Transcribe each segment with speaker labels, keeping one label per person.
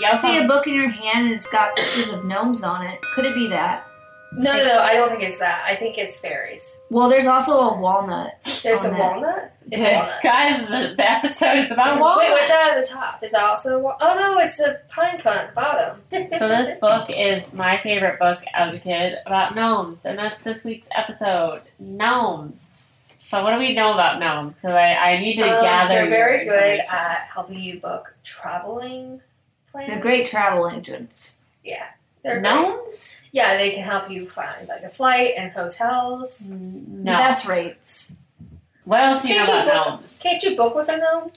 Speaker 1: Y'all
Speaker 2: see a book in your hand and it's got pictures of gnomes on it. Could it be that?
Speaker 3: No, no, no, I don't think it's that. I think it's fairies.
Speaker 2: Well, there's also a walnut.
Speaker 3: There's
Speaker 2: On
Speaker 3: a
Speaker 2: that.
Speaker 3: walnut. It's a
Speaker 1: Guys,
Speaker 3: walnut.
Speaker 1: the, the episode is about
Speaker 3: Wait, what's
Speaker 1: walnuts.
Speaker 3: that at the top? Is that also a wa- Oh no, it's a pine cone at the bottom. Um,
Speaker 1: So this book is my favorite book as a kid about gnomes, and that's this week's episode, gnomes. So what do we know about gnomes? Because I, I need to
Speaker 3: Um,
Speaker 1: gather.
Speaker 3: they're
Speaker 1: your
Speaker 3: very good
Speaker 1: information.
Speaker 3: at helping you book traveling plans.
Speaker 2: They're great travel agents.
Speaker 3: yeah, they're great.
Speaker 1: gnomes.
Speaker 3: Yeah, they can help you find like a flight and hotels.
Speaker 2: The
Speaker 1: No.
Speaker 2: best rates.
Speaker 1: What else do you know
Speaker 3: Can't you
Speaker 1: about
Speaker 3: book-
Speaker 1: gnomes?
Speaker 3: Can't you book with them though?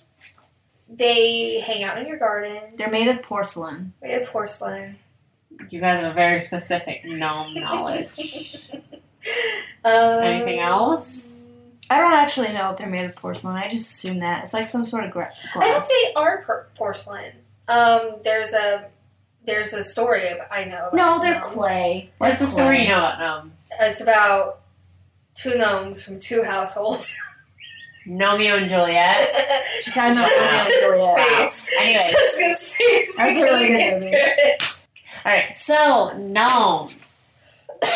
Speaker 3: They hang out in your garden.
Speaker 2: They're made of porcelain.
Speaker 3: They have porcelain.
Speaker 1: You guys have a very specific gnome knowledge.
Speaker 3: Um,
Speaker 1: Anything else?
Speaker 2: I don't actually know if they're made of porcelain. I just assume that it's like some sort of gra- glass.
Speaker 3: I think they are por- porcelain. Um, there's a there's a story ab- I know. About
Speaker 2: no, they're
Speaker 3: gnomes.
Speaker 2: clay.
Speaker 1: What's the
Speaker 2: They're
Speaker 1: story
Speaker 2: clay.
Speaker 1: you know about gnomes?
Speaker 3: It's about two gnomes from two households.
Speaker 1: Gnomeo and Juliet.
Speaker 2: She's talking about Romeo and Juliet.
Speaker 3: Space.
Speaker 1: Anyway,
Speaker 3: Just his face.
Speaker 2: That was a really good movie.
Speaker 1: all right. So gnomes. So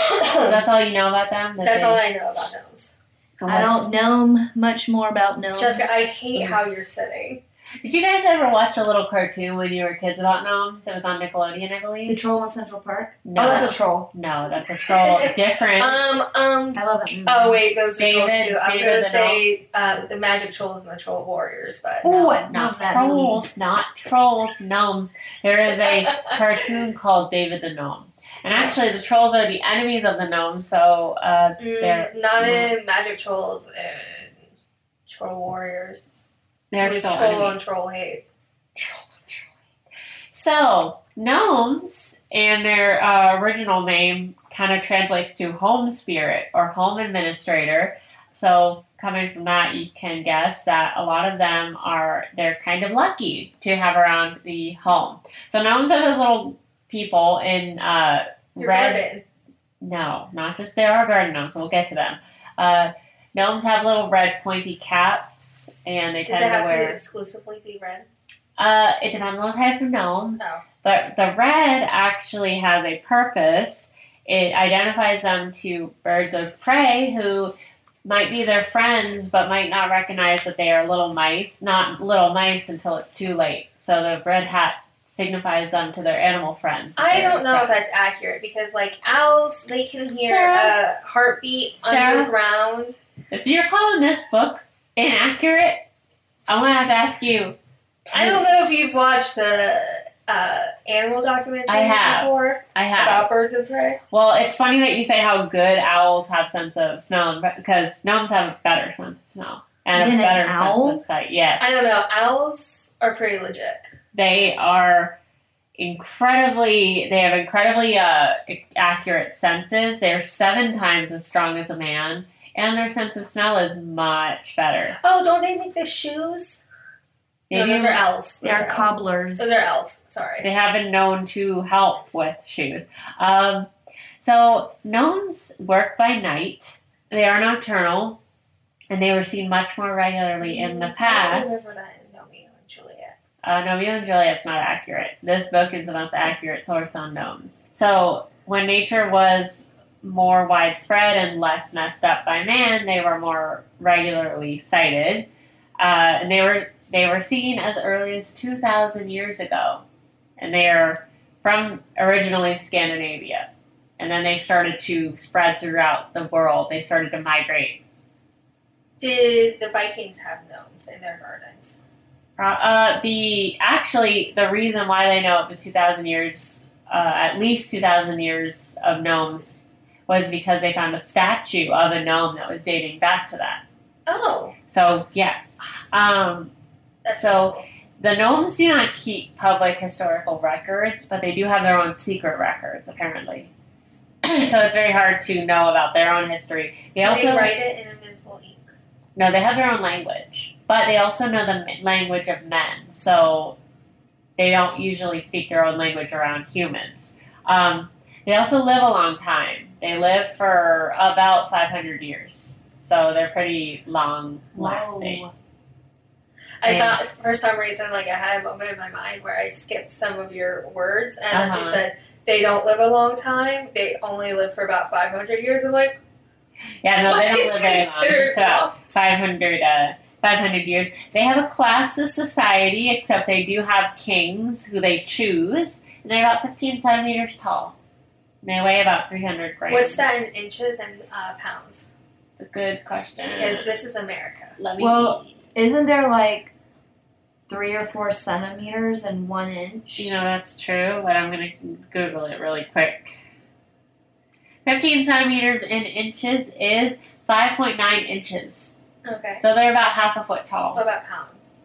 Speaker 1: that's all you know about them. That
Speaker 3: That's
Speaker 1: they-
Speaker 3: all I know about gnomes.
Speaker 2: I don't know much more about gnomes.
Speaker 3: Jessica, I hate how you're sitting.
Speaker 1: Did you guys ever watch a little cartoon when you were kids about gnomes? It was on Nickelodeon, I
Speaker 2: the
Speaker 1: believe.
Speaker 2: troll in Central Park.
Speaker 1: No,
Speaker 2: Oh, that's Uh, a troll.
Speaker 1: no, that's a troll. Different.
Speaker 3: Um, um.
Speaker 2: I love that movie.
Speaker 3: Oh wait, those are trolls
Speaker 1: David-
Speaker 3: too. I was
Speaker 1: David
Speaker 3: gonna
Speaker 1: the
Speaker 3: say uh, the magic trolls and the troll warriors, but
Speaker 2: Ooh,
Speaker 1: No,
Speaker 2: I
Speaker 1: not
Speaker 2: love that
Speaker 1: trolls, not trolls, gnomes. There is a cartoon called David the Gnome. And actually, the trolls are the enemies of the gnomes, so uh,
Speaker 3: Mm,
Speaker 1: They're-
Speaker 3: not
Speaker 1: no.
Speaker 3: in magic trolls and troll warriors.
Speaker 1: they're
Speaker 3: With
Speaker 1: still
Speaker 3: troll
Speaker 1: enemies.
Speaker 3: on troll hate.
Speaker 1: So, gnomes and their uh, original name kind of translates to home spirit or home administrator. So, coming from that, you can guess that a lot of them are, they're kind of lucky to have around the home. So, gnomes are those little people in uh,
Speaker 3: Your
Speaker 1: red
Speaker 3: garden.
Speaker 1: No, not just there are garden gnomes. We'll get to them. Uh, gnomes have little red pointy caps, and they
Speaker 3: Does it
Speaker 1: tend to
Speaker 3: have to
Speaker 1: wear.
Speaker 3: be exclusively be red?
Speaker 1: uh, it depends on the type of gnome,
Speaker 3: No.
Speaker 1: but the red actually has a purpose. It identifies them to birds of prey who might be their friends, but might not recognize that they are little mice. Not little mice until it's too late. So the red hat signifies them to their animal friends. that
Speaker 3: I
Speaker 1: they're
Speaker 3: don't know if
Speaker 1: friends.
Speaker 3: that's accurate because like owls, they can hear
Speaker 1: Sarah?
Speaker 3: a heartbeat
Speaker 1: Sarah?
Speaker 3: underground.
Speaker 1: If you're calling this book inaccurate, I'm gonna have to ask you.
Speaker 3: I don't know if you've watched the uh, animal documentary
Speaker 1: I have.
Speaker 3: before
Speaker 1: I have.
Speaker 3: about birds of prey.
Speaker 1: Well, it's funny that you say how good owls have sense of smell and- because gnomes have a better sense of smell and
Speaker 2: Than
Speaker 1: a
Speaker 2: an
Speaker 1: better
Speaker 2: owl?
Speaker 1: sense of sight. Yes,
Speaker 3: I don't know. Owls are pretty legit.
Speaker 1: They are incredibly. They have incredibly uh, accurate senses. They're seven times as strong as a man, and their sense of smell is much better.
Speaker 3: Oh, don't they make the shoes?
Speaker 1: They
Speaker 3: no,
Speaker 1: do-
Speaker 3: those are elves.
Speaker 2: They
Speaker 3: Those
Speaker 2: are
Speaker 3: elves.
Speaker 2: cobblers.
Speaker 3: Those are elves. Sorry.
Speaker 1: They have been known to help with shoes. Um, so gnomes work by night. They are nocturnal, and they were seen much more regularly in the
Speaker 3: I
Speaker 1: past.
Speaker 3: remember that in Romeo and Juliet.
Speaker 1: Uh, Romeo and Juliet's not accurate. This book is the most accurate source on gnomes. So when nature was more widespread and less messed up by man, they were more regularly sighted, uh, and they were they were seen as early as two thousand years ago, and they are from originally Scandinavia, and then they started to spread throughout the world. They started to migrate.
Speaker 3: Did the Vikings have gnomes in their gardens?
Speaker 1: Uh, the actually the reason why they know it was two thousand years, uh, at least two thousand years of gnomes, was because they found a statue of a gnome that was dating back to that.
Speaker 3: Oh,
Speaker 1: So yes, um,
Speaker 3: that's
Speaker 1: So-
Speaker 3: cool.
Speaker 1: the gnomes do not keep public historical records, but they do have their own secret records apparently. so it's very hard to know about their own history. They
Speaker 3: Do
Speaker 1: also
Speaker 3: they write it in invisible ink.
Speaker 1: No, they have their own language, but they also know the m- language of men, so they don't usually speak their own language around humans. Um, they also live a long time. They live for about 500 years, so they're pretty long
Speaker 2: Wow.
Speaker 1: lasting.
Speaker 3: I
Speaker 1: Yeah.
Speaker 3: thought for some reason, like I had a moment in my mind where I skipped some of your words and then
Speaker 1: Uh-huh.
Speaker 3: just said they don't live a long time. They only live for about five hundred years. I'm like,
Speaker 1: Yeah, no, they
Speaker 3: what
Speaker 1: don't
Speaker 3: is
Speaker 1: live very long.
Speaker 3: considered
Speaker 1: Just about
Speaker 3: long?
Speaker 1: 500, uh, 500 years. They have a classless society, except they do have kings who they choose, and they're about 15 centimeters tall. And they weigh about 300 grams.
Speaker 3: What's that in inches and uh, pounds?
Speaker 1: It's a good question.
Speaker 3: Because this is America.
Speaker 1: Let me
Speaker 2: Well, Isn't there like three or four centimeters and one inch?
Speaker 1: You know, that's true, but I'm going to Google it really quick. 15 centimeters in inches is 5.9 inches.
Speaker 3: Okay.
Speaker 1: So they're about half a foot tall.
Speaker 3: What about pounds?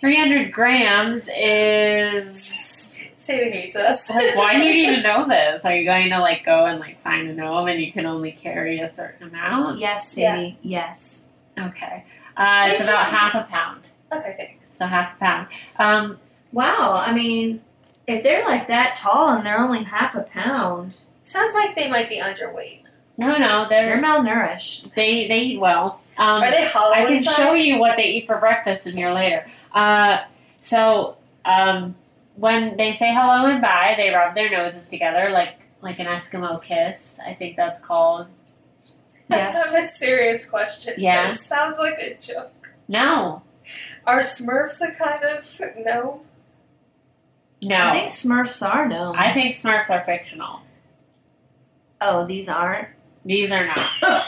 Speaker 1: 300 grams is.
Speaker 3: Sadie hates us.
Speaker 1: Why do you even know this? Are you going to like go and like find a gnome and you can only carry a certain amount?
Speaker 2: Yes,
Speaker 3: Yeah.
Speaker 2: Sadie. Yes.
Speaker 1: Okay. Uh, it's
Speaker 3: It's
Speaker 1: about
Speaker 3: just-
Speaker 1: half a pound.
Speaker 3: Okay, thanks.
Speaker 1: So half a pound. Um,
Speaker 2: Wow. I mean, if they're like that tall and they're only half a pound,
Speaker 3: Sounds like they might be underweight.
Speaker 1: no, no,
Speaker 2: they're
Speaker 1: they're
Speaker 2: malnourished.
Speaker 1: they they eat well. Um,
Speaker 3: Are they hollow
Speaker 1: I can
Speaker 3: inside?
Speaker 1: show you what they eat for breakfast in here later. Uh, so um, when they say hello and bye, they rub their noses together like like an Eskimo kiss. I think that's called.
Speaker 2: Yes.
Speaker 3: That's a serious question.
Speaker 1: Yeah.
Speaker 3: It sounds like a joke.
Speaker 1: No,
Speaker 3: Are Smurfs a kind of no?
Speaker 1: no.
Speaker 2: I think Smurfs are gnomes.
Speaker 1: I think Smurfs are fictional.
Speaker 2: Oh, these aren't.
Speaker 1: These are not.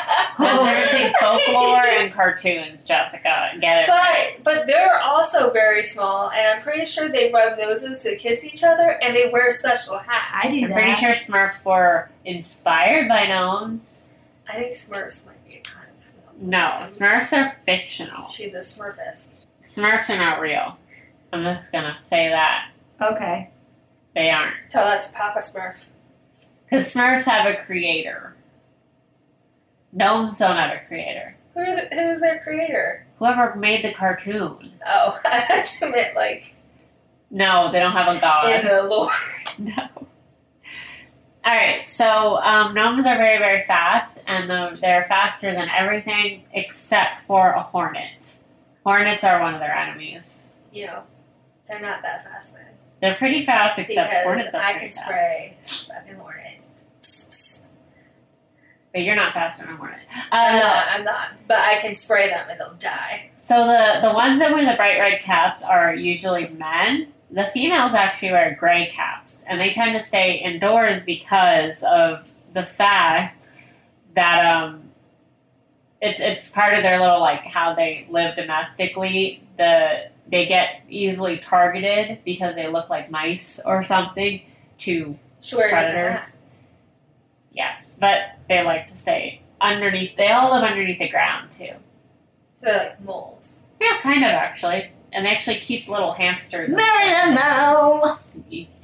Speaker 2: Oh.
Speaker 1: They're in folklore and cartoons, Jessica. Get it?
Speaker 3: But but they're also very small, and I'm pretty sure they rub noses to kiss each other, and they wear special hats.
Speaker 2: I do
Speaker 1: I'm pretty
Speaker 2: that.
Speaker 1: sure Smurfs were inspired by gnomes.
Speaker 3: I think Smurfs might be a kind of no.
Speaker 1: No, Smurfs are fictional.
Speaker 3: She's a Smurfist.
Speaker 1: Smurfs are not real. I'm just gonna say that
Speaker 2: Okay.
Speaker 1: they aren't.
Speaker 3: Tell that to Papa Smurf.
Speaker 1: Because Smurfs have a creator. Gnomes don't have a creator.
Speaker 3: Who are the, who's their creator?
Speaker 1: Whoever made the cartoon.
Speaker 3: Oh, I thought you meant like
Speaker 1: No, they don't have a
Speaker 3: in
Speaker 1: god.
Speaker 3: the lore.
Speaker 1: No. Alright, so um, gnomes are very, very fast, and the, they're faster than everything except for a hornet. Hornets are one of their enemies.
Speaker 3: You know, they're not that fast then.
Speaker 1: They're pretty fast, except
Speaker 3: Because
Speaker 1: hornets are
Speaker 3: I
Speaker 1: pretty
Speaker 3: can
Speaker 1: fast.
Speaker 3: spray fucking hornet.
Speaker 1: But you're not faster than a hornet.
Speaker 3: I'm
Speaker 1: Uh,
Speaker 3: not. I'm not. But I can spray them and they'll die.
Speaker 1: So the the ones that wear the bright red caps are usually men. The females actually wear gray caps, and they tend to stay indoors because of the fact that um, it's it's part of their little like how they live domestically. The they get easily targeted because they look like mice or something to
Speaker 3: Sure. it doesn't matter.
Speaker 1: predators. Yes, but they like to stay underneath. They all live underneath the ground too.
Speaker 3: So like moles.
Speaker 1: Yeah, kind of actually. And they actually keep little hamsters.
Speaker 2: Marilyn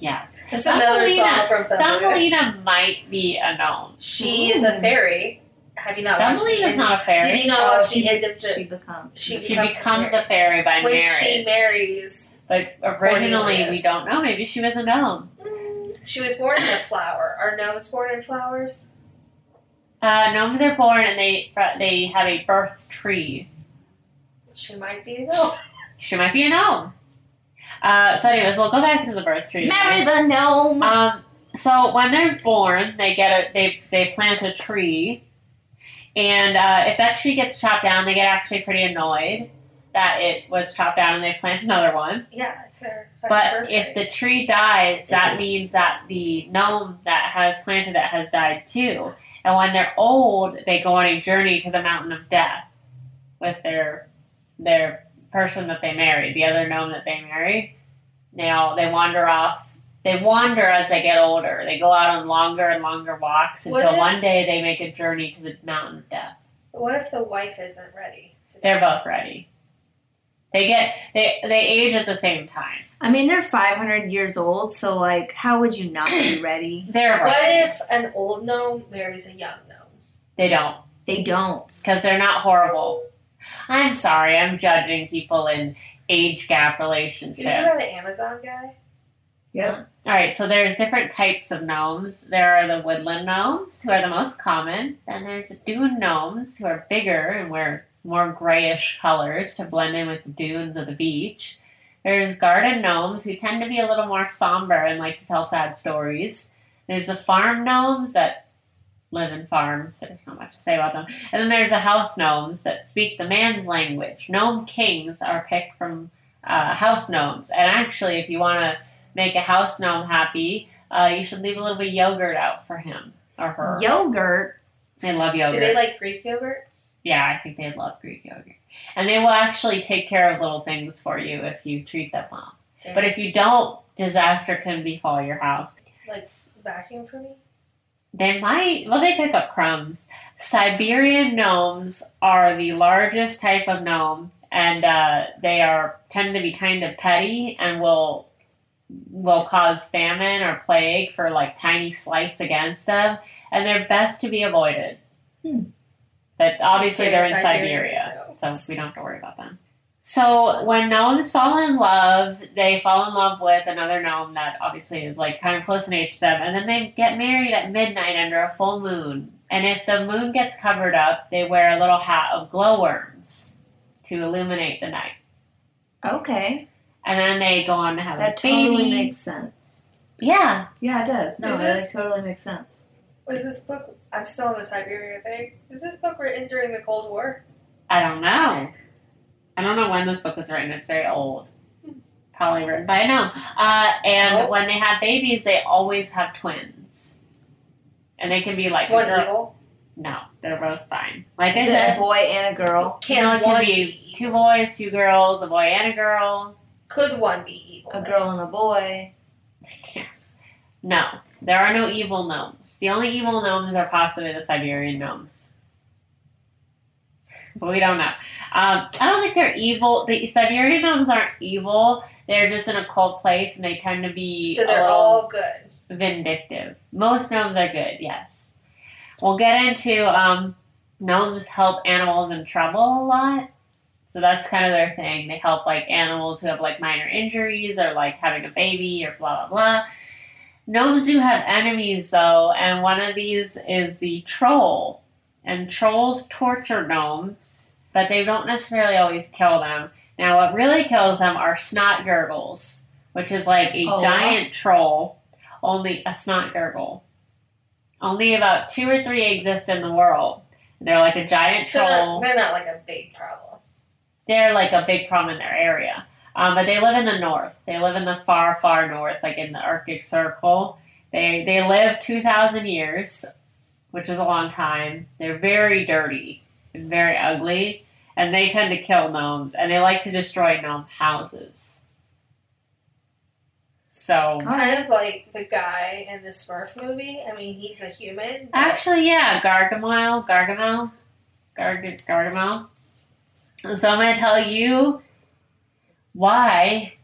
Speaker 1: Yes.
Speaker 3: That's another
Speaker 1: Thumbelina.
Speaker 3: song from Thumbelina.
Speaker 1: Thumbelina might be a gnome.
Speaker 3: She is a fairy. Have
Speaker 1: Oh,
Speaker 3: you not watched the
Speaker 1: Thumbelina's
Speaker 3: end?
Speaker 1: not a fairy.
Speaker 3: Did you not
Speaker 2: Oh,
Speaker 3: watch
Speaker 2: she-
Speaker 3: the end of the?
Speaker 2: She becomes.
Speaker 3: She,
Speaker 1: she
Speaker 3: becomes,
Speaker 1: becomes a fairy by
Speaker 3: when
Speaker 1: marriage.
Speaker 3: she marries.
Speaker 1: but originally, we
Speaker 3: Cornelius.
Speaker 1: don't know. Maybe she was a gnome.
Speaker 3: mm, She was born in a flower. Are gnomes born in flowers?
Speaker 1: Uh, gnomes are born and they uh, they have a birth tree.
Speaker 3: She might be a gnome.
Speaker 1: She might be a gnome. Uh, so, anyways, we'll go back to the birth tree.
Speaker 2: Marry the gnome.
Speaker 1: Um, so when they're born, they get a they they plant a tree, and uh, if that tree gets chopped down, they get actually pretty annoyed that it was chopped down, and they plant another one.
Speaker 3: Yeah, it's her.
Speaker 1: But if the tree dies, that means that the gnome that has planted it has died too. And when they're old, they go on a journey to the mountain of death with their their person that they married, the other gnome that they married. Now they wander off. They wander as they get older. They go out on longer and longer walks
Speaker 3: What
Speaker 1: until
Speaker 3: if-
Speaker 1: one day they make a journey to the mountain of death.
Speaker 3: what if the wife isn't ready? to
Speaker 1: They're
Speaker 3: die?
Speaker 1: both ready. They get they they age at the same time.
Speaker 2: I mean, they're 500 years old, so like, how would you not be ready?
Speaker 1: They're
Speaker 3: What
Speaker 1: ready.
Speaker 3: if an old gnome marries a young gnome?
Speaker 1: they don't.
Speaker 2: They don't.
Speaker 1: because they're not horrible. I'm sorry, I'm judging people in age gap relationships.
Speaker 3: Do you remember the Amazon guy?
Speaker 2: Yep.
Speaker 1: All right, so there's different types of gnomes. There are the woodland gnomes, who are the most common. Then there's the dune gnomes, who are bigger and wear more grayish colors to blend in with the dunes of the beach. There's garden gnomes who tend to be a little more somber and like to tell sad stories. There's the farm gnomes that live in farms. There's not much to say about them. And then there's the house gnomes that speak the man's language. Gnome kings are picked from uh, house gnomes. And actually, if you want to make a house gnome happy, uh, you should leave a little bit of yogurt out for him or her.
Speaker 2: Yogurt.
Speaker 1: They love yogurt.
Speaker 3: Do they like Greek yogurt?
Speaker 1: Yeah, I think they love Greek yogurt. And they will actually take care of little things for you if you treat them well.
Speaker 3: Damn.
Speaker 1: But if you don't, disaster can befall your house.
Speaker 3: like s- vacuum for me.
Speaker 1: They might, well, they pick up crumbs. Siberian gnomes are the largest type of gnome, and uh, they are tend to be kind of petty and will will cause famine or plague for like tiny slights against them, and they're best to be avoided.
Speaker 2: Hmm.
Speaker 1: But obviously,
Speaker 3: Okay,
Speaker 1: they're in
Speaker 3: Siberia,
Speaker 1: Siberia, so we don't have to worry about them. So when gnomes fall in love, they fall in love with another gnome that obviously is like kind of close in age to them, and then they get married at midnight under a full moon. And if the moon gets covered up, they wear a little hat of glowworms to illuminate the night.
Speaker 2: Okay.
Speaker 1: And then they go on to have
Speaker 2: That
Speaker 1: a baby.
Speaker 2: totally makes sense.
Speaker 1: yeah,
Speaker 2: Yeah, it does. No,
Speaker 3: Is
Speaker 2: that
Speaker 3: this-
Speaker 2: totally makes sense.
Speaker 3: Was this book? I'm still on the Siberia thing. Is this book written during the Cold War?
Speaker 1: I don't know. I don't know when this book was written. It's very old. Probably written by a gnome. Uh, and
Speaker 3: Oh.
Speaker 1: when they have babies, they always have twins. And they can be like
Speaker 3: It's one
Speaker 1: girl-
Speaker 3: evil.
Speaker 1: No, they're both fine. Like I
Speaker 2: Is it a
Speaker 1: said,
Speaker 2: boy and a girl?
Speaker 1: you know,
Speaker 3: Can
Speaker 1: it can
Speaker 3: one
Speaker 1: be
Speaker 3: be evil?
Speaker 1: two boys, two girls, a boy and a girl.
Speaker 3: Could one be evil?
Speaker 2: A girl and a boy.
Speaker 1: Yes. No, there are no evil gnomes. The only evil gnomes are possibly the Siberian gnomes. But we don't know. Um, I don't think they're evil. The Siberian gnomes aren't evil. They're just in a cold place and they tend to be
Speaker 3: So
Speaker 1: a
Speaker 3: they're
Speaker 1: little
Speaker 3: all good.
Speaker 1: vindictive. Most gnomes are good, yes. We'll get into um, gnomes help animals in trouble a lot. So that's kind of their thing. They help like animals who have like minor injuries or like having a baby or blah blah blah. Gnomes do have enemies though, and one of these is the troll. And trolls torture gnomes, but they don't necessarily always kill them. Now, what really kills them are snot gurgles, which is like a
Speaker 2: Oh, wow.
Speaker 1: giant troll only a snot gurgle. Only about two or three exist in the world. They're like a giant
Speaker 3: So they're,
Speaker 1: troll.
Speaker 3: they're not like a big problem.
Speaker 1: They're like a big problem in their area. Um, but they live in the north. They live in the far, far north, like in the Arctic Circle. They they live two thousand years, which is a long time. They're very dirty and very ugly, and they tend to kill gnomes and they like to destroy gnome houses. So
Speaker 3: Kind of like the guy in the Smurf movie. I mean, he's a human. but-
Speaker 1: Actually, yeah, Gargamel, Gargamel, Garg- Gargamel. So I'm going to tell you why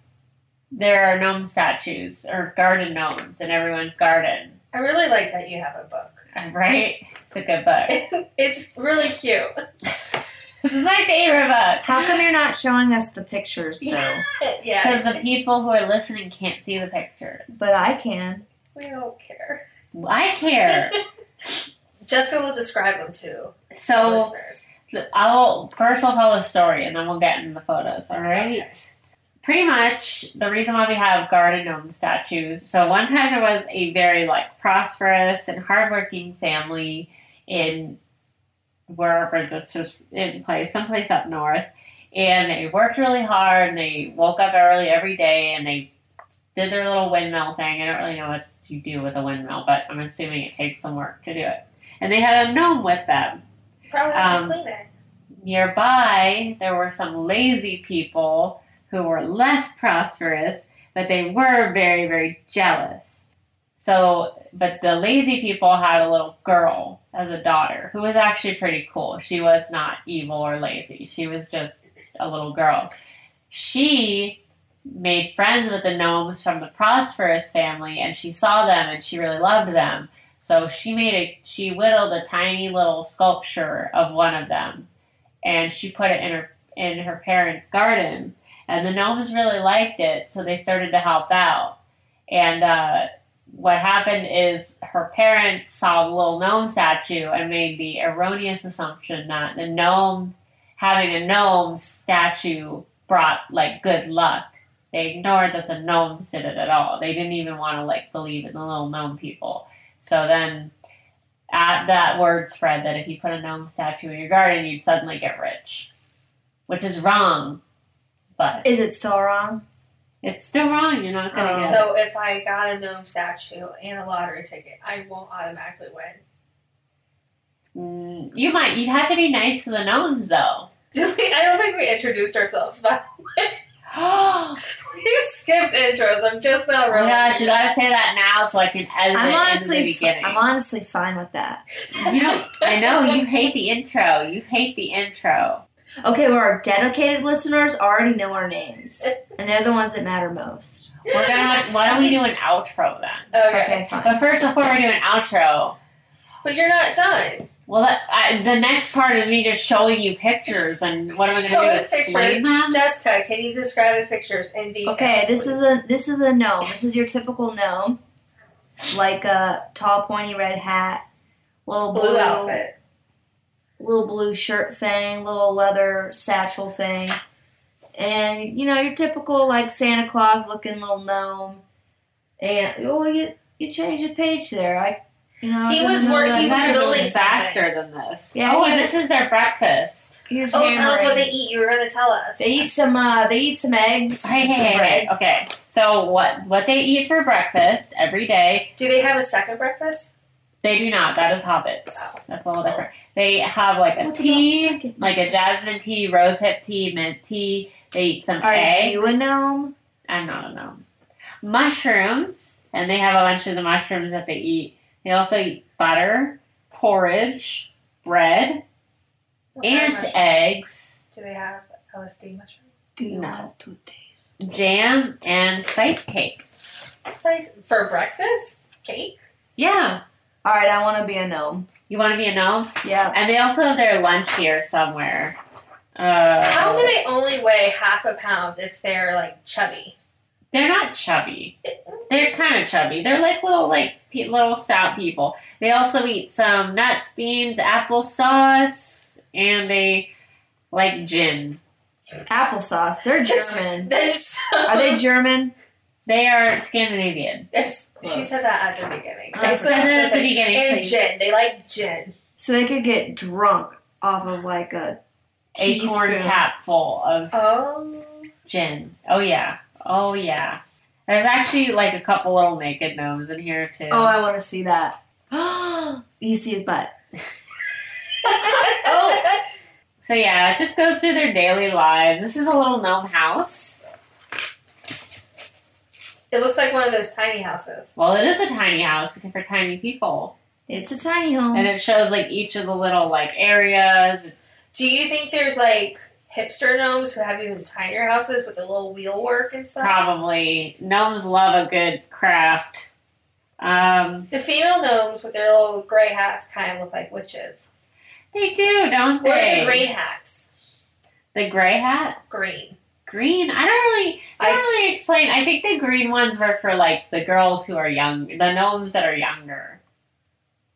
Speaker 1: there are gnome statues or garden gnomes in everyone's garden,
Speaker 3: I really like that you have a book.
Speaker 1: right? It's a good book.
Speaker 3: It's really cute.
Speaker 1: this is my favorite book
Speaker 2: How come you're not showing us the pictures though?
Speaker 3: yeah.
Speaker 1: because the people who are listening can't see the pictures.
Speaker 2: but I can.
Speaker 3: we don't care.
Speaker 1: I care.
Speaker 3: Jessica will describe them to the
Speaker 1: So
Speaker 3: listeners.
Speaker 1: I'll first I'll tell the story and then we'll get into the photos. All right.
Speaker 3: Okay.
Speaker 1: pretty much the reason why we have garden gnome statues. So one time there was a very like prosperous and hardworking family in wherever this was in place, someplace up north, and they worked really hard and they woke up early every day and they did their little windmill thing. I don't really know what you do with a windmill, but I'm assuming it takes some work to do it. And they had a gnome with them
Speaker 3: Probably have
Speaker 1: Um,
Speaker 3: to clean it.
Speaker 1: nearby there were some lazy people who were less prosperous but they were very very jealous so but the lazy people had a little girl as a daughter who was actually pretty cool she was not evil or lazy she was just a little girl she made friends with the gnomes from the prosperous family and she saw them and she really loved them so she made a she whittled a tiny little sculpture of one of them and she put it in her in her parents' garden. And the gnomes really liked it, so they started to help out. And uh, what happened is her parents saw the little gnome statue and made the erroneous assumption that the gnome having a gnome statue brought like good luck. They ignored that the gnomes did it at all. They didn't even want to like believe in the little gnome people. So then at that word spread that if you put a gnome statue in your garden you'd suddenly get rich. Which is wrong. But
Speaker 2: Is it so wrong?
Speaker 1: it's still wrong. You're not gonna
Speaker 2: Oh.
Speaker 1: get
Speaker 3: Um, So if I got a gnome statue and a lottery ticket, I won't automatically win.
Speaker 1: Mm, you might you'd have to be nice to the gnomes though.
Speaker 3: Did we, I don't think we introduced ourselves, but
Speaker 1: Oh
Speaker 3: we skipped intros. I'm just not
Speaker 1: my
Speaker 3: really.
Speaker 1: gosh, you gotta say that now so I can edit it
Speaker 2: I'm
Speaker 1: in
Speaker 2: honestly,
Speaker 1: the
Speaker 2: f-
Speaker 1: beginning.
Speaker 2: I'm honestly fine with that.
Speaker 1: You don't- I know you hate the intro. You hate the intro.
Speaker 2: Okay, well, our dedicated listeners already know our names, and they're the ones that matter most.
Speaker 1: We're gonna. Why don't we do an outro then?
Speaker 3: Okay.
Speaker 2: Okay, fine.
Speaker 1: But first, before we do an outro,
Speaker 3: But you're not done.
Speaker 1: well, that, I, the next part is me just showing you pictures and what am I
Speaker 3: Show
Speaker 1: gonna do?
Speaker 3: us pictures.
Speaker 1: Explain them?
Speaker 3: Jessica, can you describe the pictures in detail?
Speaker 2: Okay, this
Speaker 3: please?
Speaker 2: is a this is a gnome. This is your typical gnome, like a tall, pointy red hat, little
Speaker 3: blue outfit.
Speaker 2: little blue shirt thing, little leather satchel thing, and you know your typical like Santa Claus looking little gnome. And oh, you you changed the page there. I you know I
Speaker 3: He
Speaker 2: in the
Speaker 3: was
Speaker 2: middle
Speaker 3: working-
Speaker 2: of
Speaker 3: he
Speaker 1: You
Speaker 3: was
Speaker 2: that.
Speaker 1: gotta
Speaker 3: building
Speaker 1: build it faster than this.
Speaker 2: Yeah,
Speaker 1: oh,
Speaker 2: he
Speaker 1: and
Speaker 2: was-
Speaker 1: this is their breakfast.
Speaker 2: He was
Speaker 3: Oh, tell us what
Speaker 2: hammering.
Speaker 3: they eat. You were gonna tell us.
Speaker 2: They eat some. Uh, they eat some eggs.
Speaker 1: Hey,
Speaker 2: and
Speaker 1: hey,
Speaker 2: some
Speaker 1: hey,
Speaker 2: bread.
Speaker 1: hey. Okay. So what? What they eat for breakfast every day
Speaker 3: Do they have a second breakfast?
Speaker 1: They do not. That is hobbits. That's a whole different. They have like a
Speaker 2: What's about
Speaker 1: tea,
Speaker 2: second
Speaker 1: like a
Speaker 2: breakfast?
Speaker 1: jasmine tea, rose hip tea, mint tea. They eat some
Speaker 2: Are
Speaker 1: eggs.
Speaker 2: you a gnome?
Speaker 1: I'm not a gnome. Mushrooms, and they have a bunch of the mushrooms that they eat. They also eat butter, porridge, bread,
Speaker 3: What kind of
Speaker 1: and
Speaker 3: mushrooms?
Speaker 1: eggs,
Speaker 3: Do they have LSD mushrooms?
Speaker 2: Do
Speaker 1: you No.
Speaker 2: want two days?
Speaker 1: jam, and spice cake.
Speaker 3: Spice for breakfast? Cake?
Speaker 1: Yeah,
Speaker 2: All right, I want to be a gnome.
Speaker 1: you want to be a gnome?
Speaker 2: Yeah.
Speaker 1: And they also have their lunch here somewhere. Uh,
Speaker 3: How do they only weigh half a pound if they're like chubby?
Speaker 1: They're not chubby. They're kind of chubby. They're like little like pe- little stout people. They also eat some nuts, beans, applesauce, and they like gin.
Speaker 2: Applesauce. They're German.
Speaker 3: That's
Speaker 2: Are they German?
Speaker 1: They are Scandinavian.
Speaker 3: That's- she
Speaker 2: Close.
Speaker 3: said that at the beginning.
Speaker 2: I
Speaker 1: I said that at the beginning.
Speaker 3: And
Speaker 1: please.
Speaker 3: gin. They like gin.
Speaker 2: So they could get drunk off of like a
Speaker 1: Acorn
Speaker 2: teaspoon.
Speaker 1: cap full of
Speaker 3: Oh.
Speaker 1: gin. Oh yeah. Oh yeah. There's actually like a couple little naked gnomes in here too.
Speaker 2: Oh, I want to see that. you see his butt. Oh.
Speaker 1: So yeah, it just goes through their daily lives. This is a little gnome house.
Speaker 3: It looks like one of those tiny houses.
Speaker 1: Well, it is a tiny house because for tiny people.
Speaker 2: It's a tiny home.
Speaker 1: and it shows like each is a little like areas. It's
Speaker 3: Do you think there's like hipster gnomes who have even tinier houses with the little wheel work and stuff?
Speaker 1: probably gnomes love a good craft. Um,
Speaker 3: The female gnomes with their little gray hats kind of look like witches.
Speaker 1: they do, don't
Speaker 3: What are
Speaker 1: they?
Speaker 3: the green hats?
Speaker 1: The gray hats.
Speaker 3: Green.
Speaker 1: Green. I don't really. I
Speaker 3: I
Speaker 1: don't
Speaker 3: s-
Speaker 1: really explain. I think the green ones were for like the girls who are young, the gnomes that are younger.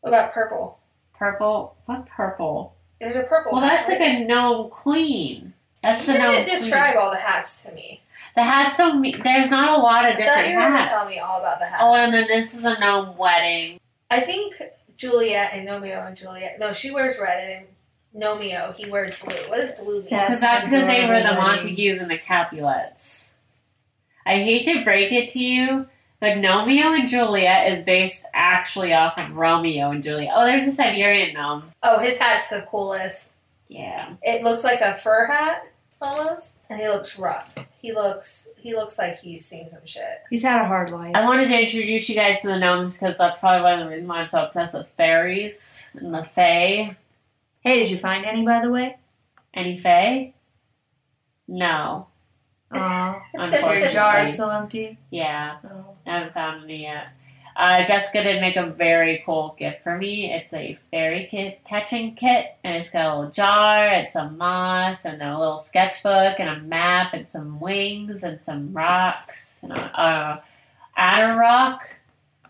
Speaker 3: What about purple?
Speaker 1: Purple. What purple?
Speaker 3: There's a purple.
Speaker 1: Well,
Speaker 3: hat.
Speaker 1: that's like a gnome queen. That's
Speaker 3: You
Speaker 1: the gnome
Speaker 3: didn't
Speaker 1: queen.
Speaker 3: describe all the hats to me.
Speaker 1: The hats don't. me- There's not a lot of
Speaker 3: I thought
Speaker 1: different
Speaker 3: you were going to
Speaker 1: hats.
Speaker 3: tell me all about the hats.
Speaker 1: oh, and then this is a gnome wedding.
Speaker 3: I think Juliet and Nomeo and Juliet. No, she wears red, and then Nomeo he wears blue. What does blue mean?
Speaker 2: Yeah.
Speaker 1: Because that's because they were the
Speaker 2: Adorable wedding.
Speaker 1: Montagues and the Capulets. I hate to break it to you, but Romeo and Juliet is based actually off of Romeo and Juliet. Oh, there's a Siberian gnome.
Speaker 3: Oh, his hat's the coolest.
Speaker 1: Yeah.
Speaker 3: It looks like a fur hat almost, and he looks rough. He looks he looks like he's seen some shit.
Speaker 2: He's had a hard life.
Speaker 1: I wanted to introduce you guys to the gnomes because that's probably one of the reasons why I'm so obsessed with fairies and the fae.
Speaker 2: Hey, did you find any by the way?
Speaker 1: Any fae? No.
Speaker 2: Oh,
Speaker 1: Unfortunately.
Speaker 2: your jar is still empty.
Speaker 1: Yeah.
Speaker 2: Oh.
Speaker 1: I haven't found any yet. Uh, Jessica did make a very cool gift for me. It's a fairy kit catching kit, and it's got a little jar and some moss and a little sketchbook and a map and some wings and some rocks and a, a adder rock,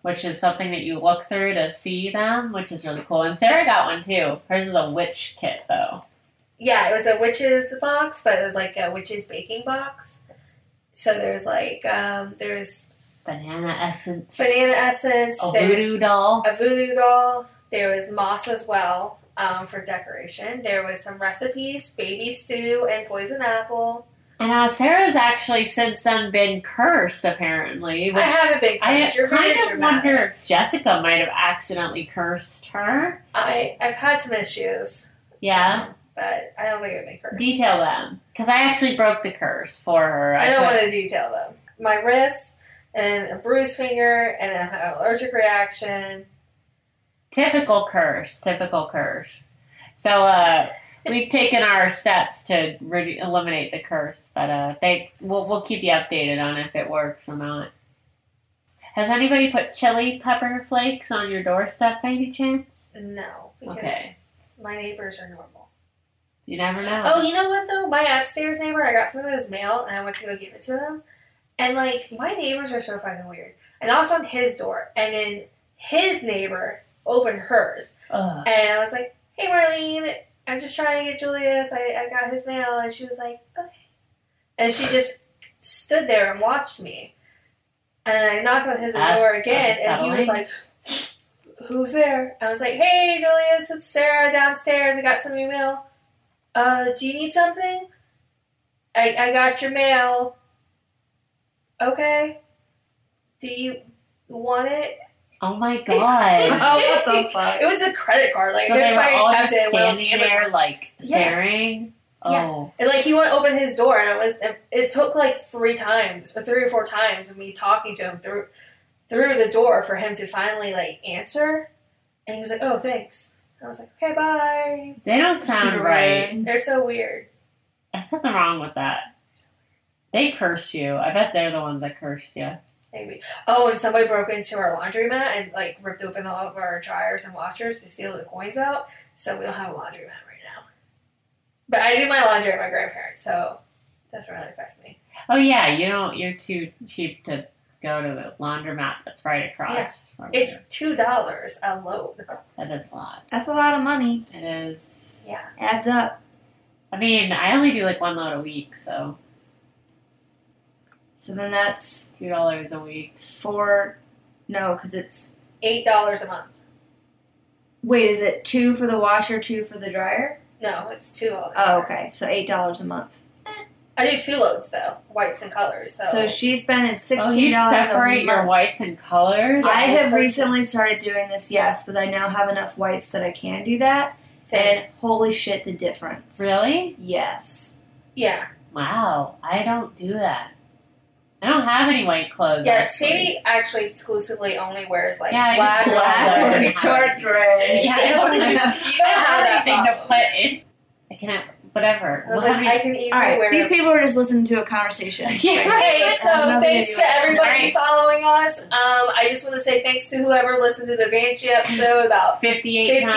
Speaker 1: which is something that you look through to see them, which is really cool. And Sarah got one too. Hers is a witch kit though.
Speaker 3: yeah, it was a witch's box, but it was like a witch's baking box. So there's like um, there's
Speaker 1: Banana essence.
Speaker 3: banana essence,
Speaker 1: A
Speaker 3: there-
Speaker 1: voodoo doll.
Speaker 3: a voodoo doll. There was moss as well um, for decoration. There was some recipes, baby stew, and poison apple.
Speaker 1: And uh, Sarah's actually since then been cursed, apparently.
Speaker 3: I
Speaker 1: Which
Speaker 3: have a big
Speaker 1: I
Speaker 3: crush. You're very
Speaker 1: kind of
Speaker 3: dramatic.
Speaker 1: wonder if Jessica might have accidentally cursed her.
Speaker 3: I I've had some issues.
Speaker 1: Yeah.
Speaker 3: um, but I don't think it would make her.
Speaker 1: Detail them. Because I actually broke the curse for her.
Speaker 3: I don't
Speaker 1: put-
Speaker 3: want to detail them. My wrist and a bruised finger and an allergic reaction.
Speaker 1: Typical curse. Typical curse. So uh, we've taken our steps to re- eliminate the curse, but uh, they we'll, we'll keep you updated on if it works or not. Has anybody put chili pepper flakes on your doorstep by any chance?
Speaker 3: No, because
Speaker 1: Okay.
Speaker 3: my neighbors are normal.
Speaker 1: You never know.
Speaker 3: Oh, you know what though? My upstairs neighbor, I got some of his mail and I went to go give it to him. And like my neighbors are so fucking weird. I knocked on his door and then his neighbor opened hers.
Speaker 1: Ugh.
Speaker 3: And I was like, Hey Marlene, I'm just trying to get Julius. I, I got his mail and she was like, Okay. And she just stood there and watched me. And I knocked on his
Speaker 1: That's
Speaker 3: door again and he was
Speaker 1: unsettling.
Speaker 3: like Who's there? I was like, Hey Julius, it's Sarah downstairs. I got some of your mail uh, do you need something? I, I got your mail. Okay. Do you want it?
Speaker 1: Oh my god.
Speaker 2: Oh, what the fuck?
Speaker 3: It was a credit card. Like,
Speaker 1: so they were
Speaker 3: everybody
Speaker 1: all
Speaker 3: kept
Speaker 1: just
Speaker 3: it, well,
Speaker 1: standing
Speaker 3: Amazon.
Speaker 1: there, like
Speaker 3: Yeah.
Speaker 1: staring.
Speaker 3: Yeah.
Speaker 1: Oh,
Speaker 3: And, like, he went open his door, and it was, it, it took like three times, or three or four times of me talking to him through, through the door for him to finally, like, answer. And he was like, oh, thanks. I was like, okay, bye.
Speaker 1: they don't sound
Speaker 2: Super
Speaker 1: right.
Speaker 2: weird.
Speaker 3: They're so weird.
Speaker 1: There's something wrong with that. They curse you. I bet they're the ones that cursed you.
Speaker 3: Maybe. Oh, and somebody broke into our laundromat and like ripped open all of our dryers and washers to steal the coins out. So we don't have a laundromat right now. But I do my laundry at my grandparents, so it doesn't really affect me.
Speaker 1: Oh yeah, you don't. You're too cheap to go to the laundromat that's right across. From you.
Speaker 3: It's two dollars a load.
Speaker 1: that is a lot.
Speaker 2: That's a lot of money.
Speaker 1: It is.
Speaker 3: Yeah.
Speaker 2: Adds up.
Speaker 1: I mean, I only do like one load a week, so
Speaker 2: So then that's
Speaker 1: two dollars a week.
Speaker 2: four. No, because it's.
Speaker 3: Eight dollars a month.
Speaker 2: Wait, is it two for the washer, two for the dryer?
Speaker 3: No, it's two dollars.
Speaker 2: Oh, okay. So eight dollars a month.
Speaker 3: I do two loads though, whites and colors. So,
Speaker 2: So she's spending
Speaker 1: Oh,
Speaker 2: sixteen
Speaker 1: you
Speaker 2: dollars a
Speaker 1: separate
Speaker 2: month.
Speaker 1: your whites and colors.
Speaker 2: I
Speaker 3: Yeah,
Speaker 2: have
Speaker 3: person.
Speaker 2: recently started doing this, yes, because I now have enough whites that I can do that.
Speaker 3: same.
Speaker 2: And holy shit, the difference.
Speaker 1: Really?
Speaker 2: Yes.
Speaker 3: yeah,
Speaker 1: Wow. I don't do that. I don't have any white clothes.
Speaker 3: yeah.
Speaker 1: actually.
Speaker 3: Sadie actually exclusively only wears like
Speaker 1: Yeah, I
Speaker 3: black,
Speaker 1: just
Speaker 2: Black
Speaker 1: love
Speaker 3: leather.
Speaker 1: that.
Speaker 2: or dark gray.
Speaker 1: Yeah, I don't
Speaker 3: You
Speaker 1: have- I
Speaker 3: don't
Speaker 1: don't
Speaker 3: have
Speaker 1: have
Speaker 3: that
Speaker 1: anything to
Speaker 3: problem.
Speaker 1: put in. I can't. Whatever.
Speaker 3: I was
Speaker 1: Well,
Speaker 3: like,
Speaker 1: how many-
Speaker 3: I can easily
Speaker 2: All right,
Speaker 3: wear
Speaker 2: these people are just listening to a conversation.
Speaker 1: Yeah, right.
Speaker 3: Hey, so
Speaker 2: Nothing to
Speaker 3: thanks
Speaker 2: do
Speaker 3: to
Speaker 2: with it.
Speaker 3: everybody
Speaker 1: Thanks.
Speaker 3: following us. Um, I just want to say thanks to whoever listened to the Banshee episode about
Speaker 1: 58 times.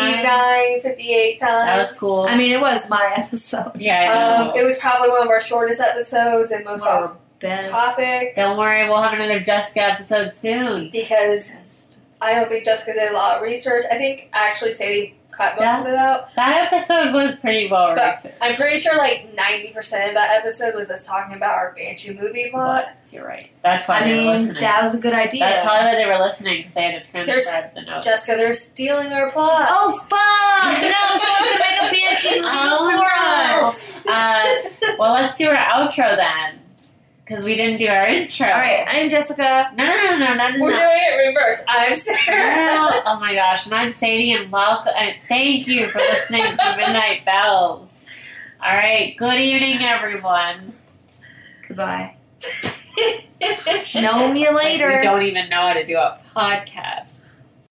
Speaker 3: 59, 58 times.
Speaker 1: That was cool.
Speaker 2: I mean, it was my episode.
Speaker 1: yeah, I know.
Speaker 3: Um, it was probably one of our shortest episodes and most off
Speaker 2: Our best.
Speaker 3: topic
Speaker 1: Don't worry, we'll have another Jessica episode soon.
Speaker 3: because
Speaker 2: Best.
Speaker 3: I don't think Jessica did a lot of research. I think actually Sadie cut most
Speaker 1: Yeah.
Speaker 3: of it out.
Speaker 1: That episode was pretty well
Speaker 3: But
Speaker 1: researched.
Speaker 3: I'm pretty sure like 90% of that episode was us talking about our Banshee movie plot.
Speaker 1: Was, You're right. That's why
Speaker 2: I
Speaker 1: they
Speaker 2: mean,
Speaker 1: were listening.
Speaker 2: that was a good idea.
Speaker 1: That's why they were listening because they had to
Speaker 3: There's-
Speaker 1: transcribe the notes.
Speaker 3: Jessica, they're stealing our plot.
Speaker 2: Oh fuck! No, someone's gonna make a banshee legal
Speaker 1: Oh,
Speaker 2: for
Speaker 1: no.
Speaker 2: us.
Speaker 1: Uh, well, let's do our outro then, because we didn't do our intro.
Speaker 2: All right, I'm Jessica.
Speaker 1: No, no, no, no, Oh, no, no.
Speaker 3: We're doing it reverse. I'm Sarah.
Speaker 1: Girl, oh my gosh, and I'm Sadie, and welcome. And thank you for listening to Midnight Bells. All right, good evening, everyone.
Speaker 2: Goodbye.
Speaker 3: no
Speaker 2: Know you later.
Speaker 1: We don't even know how to do a podcast.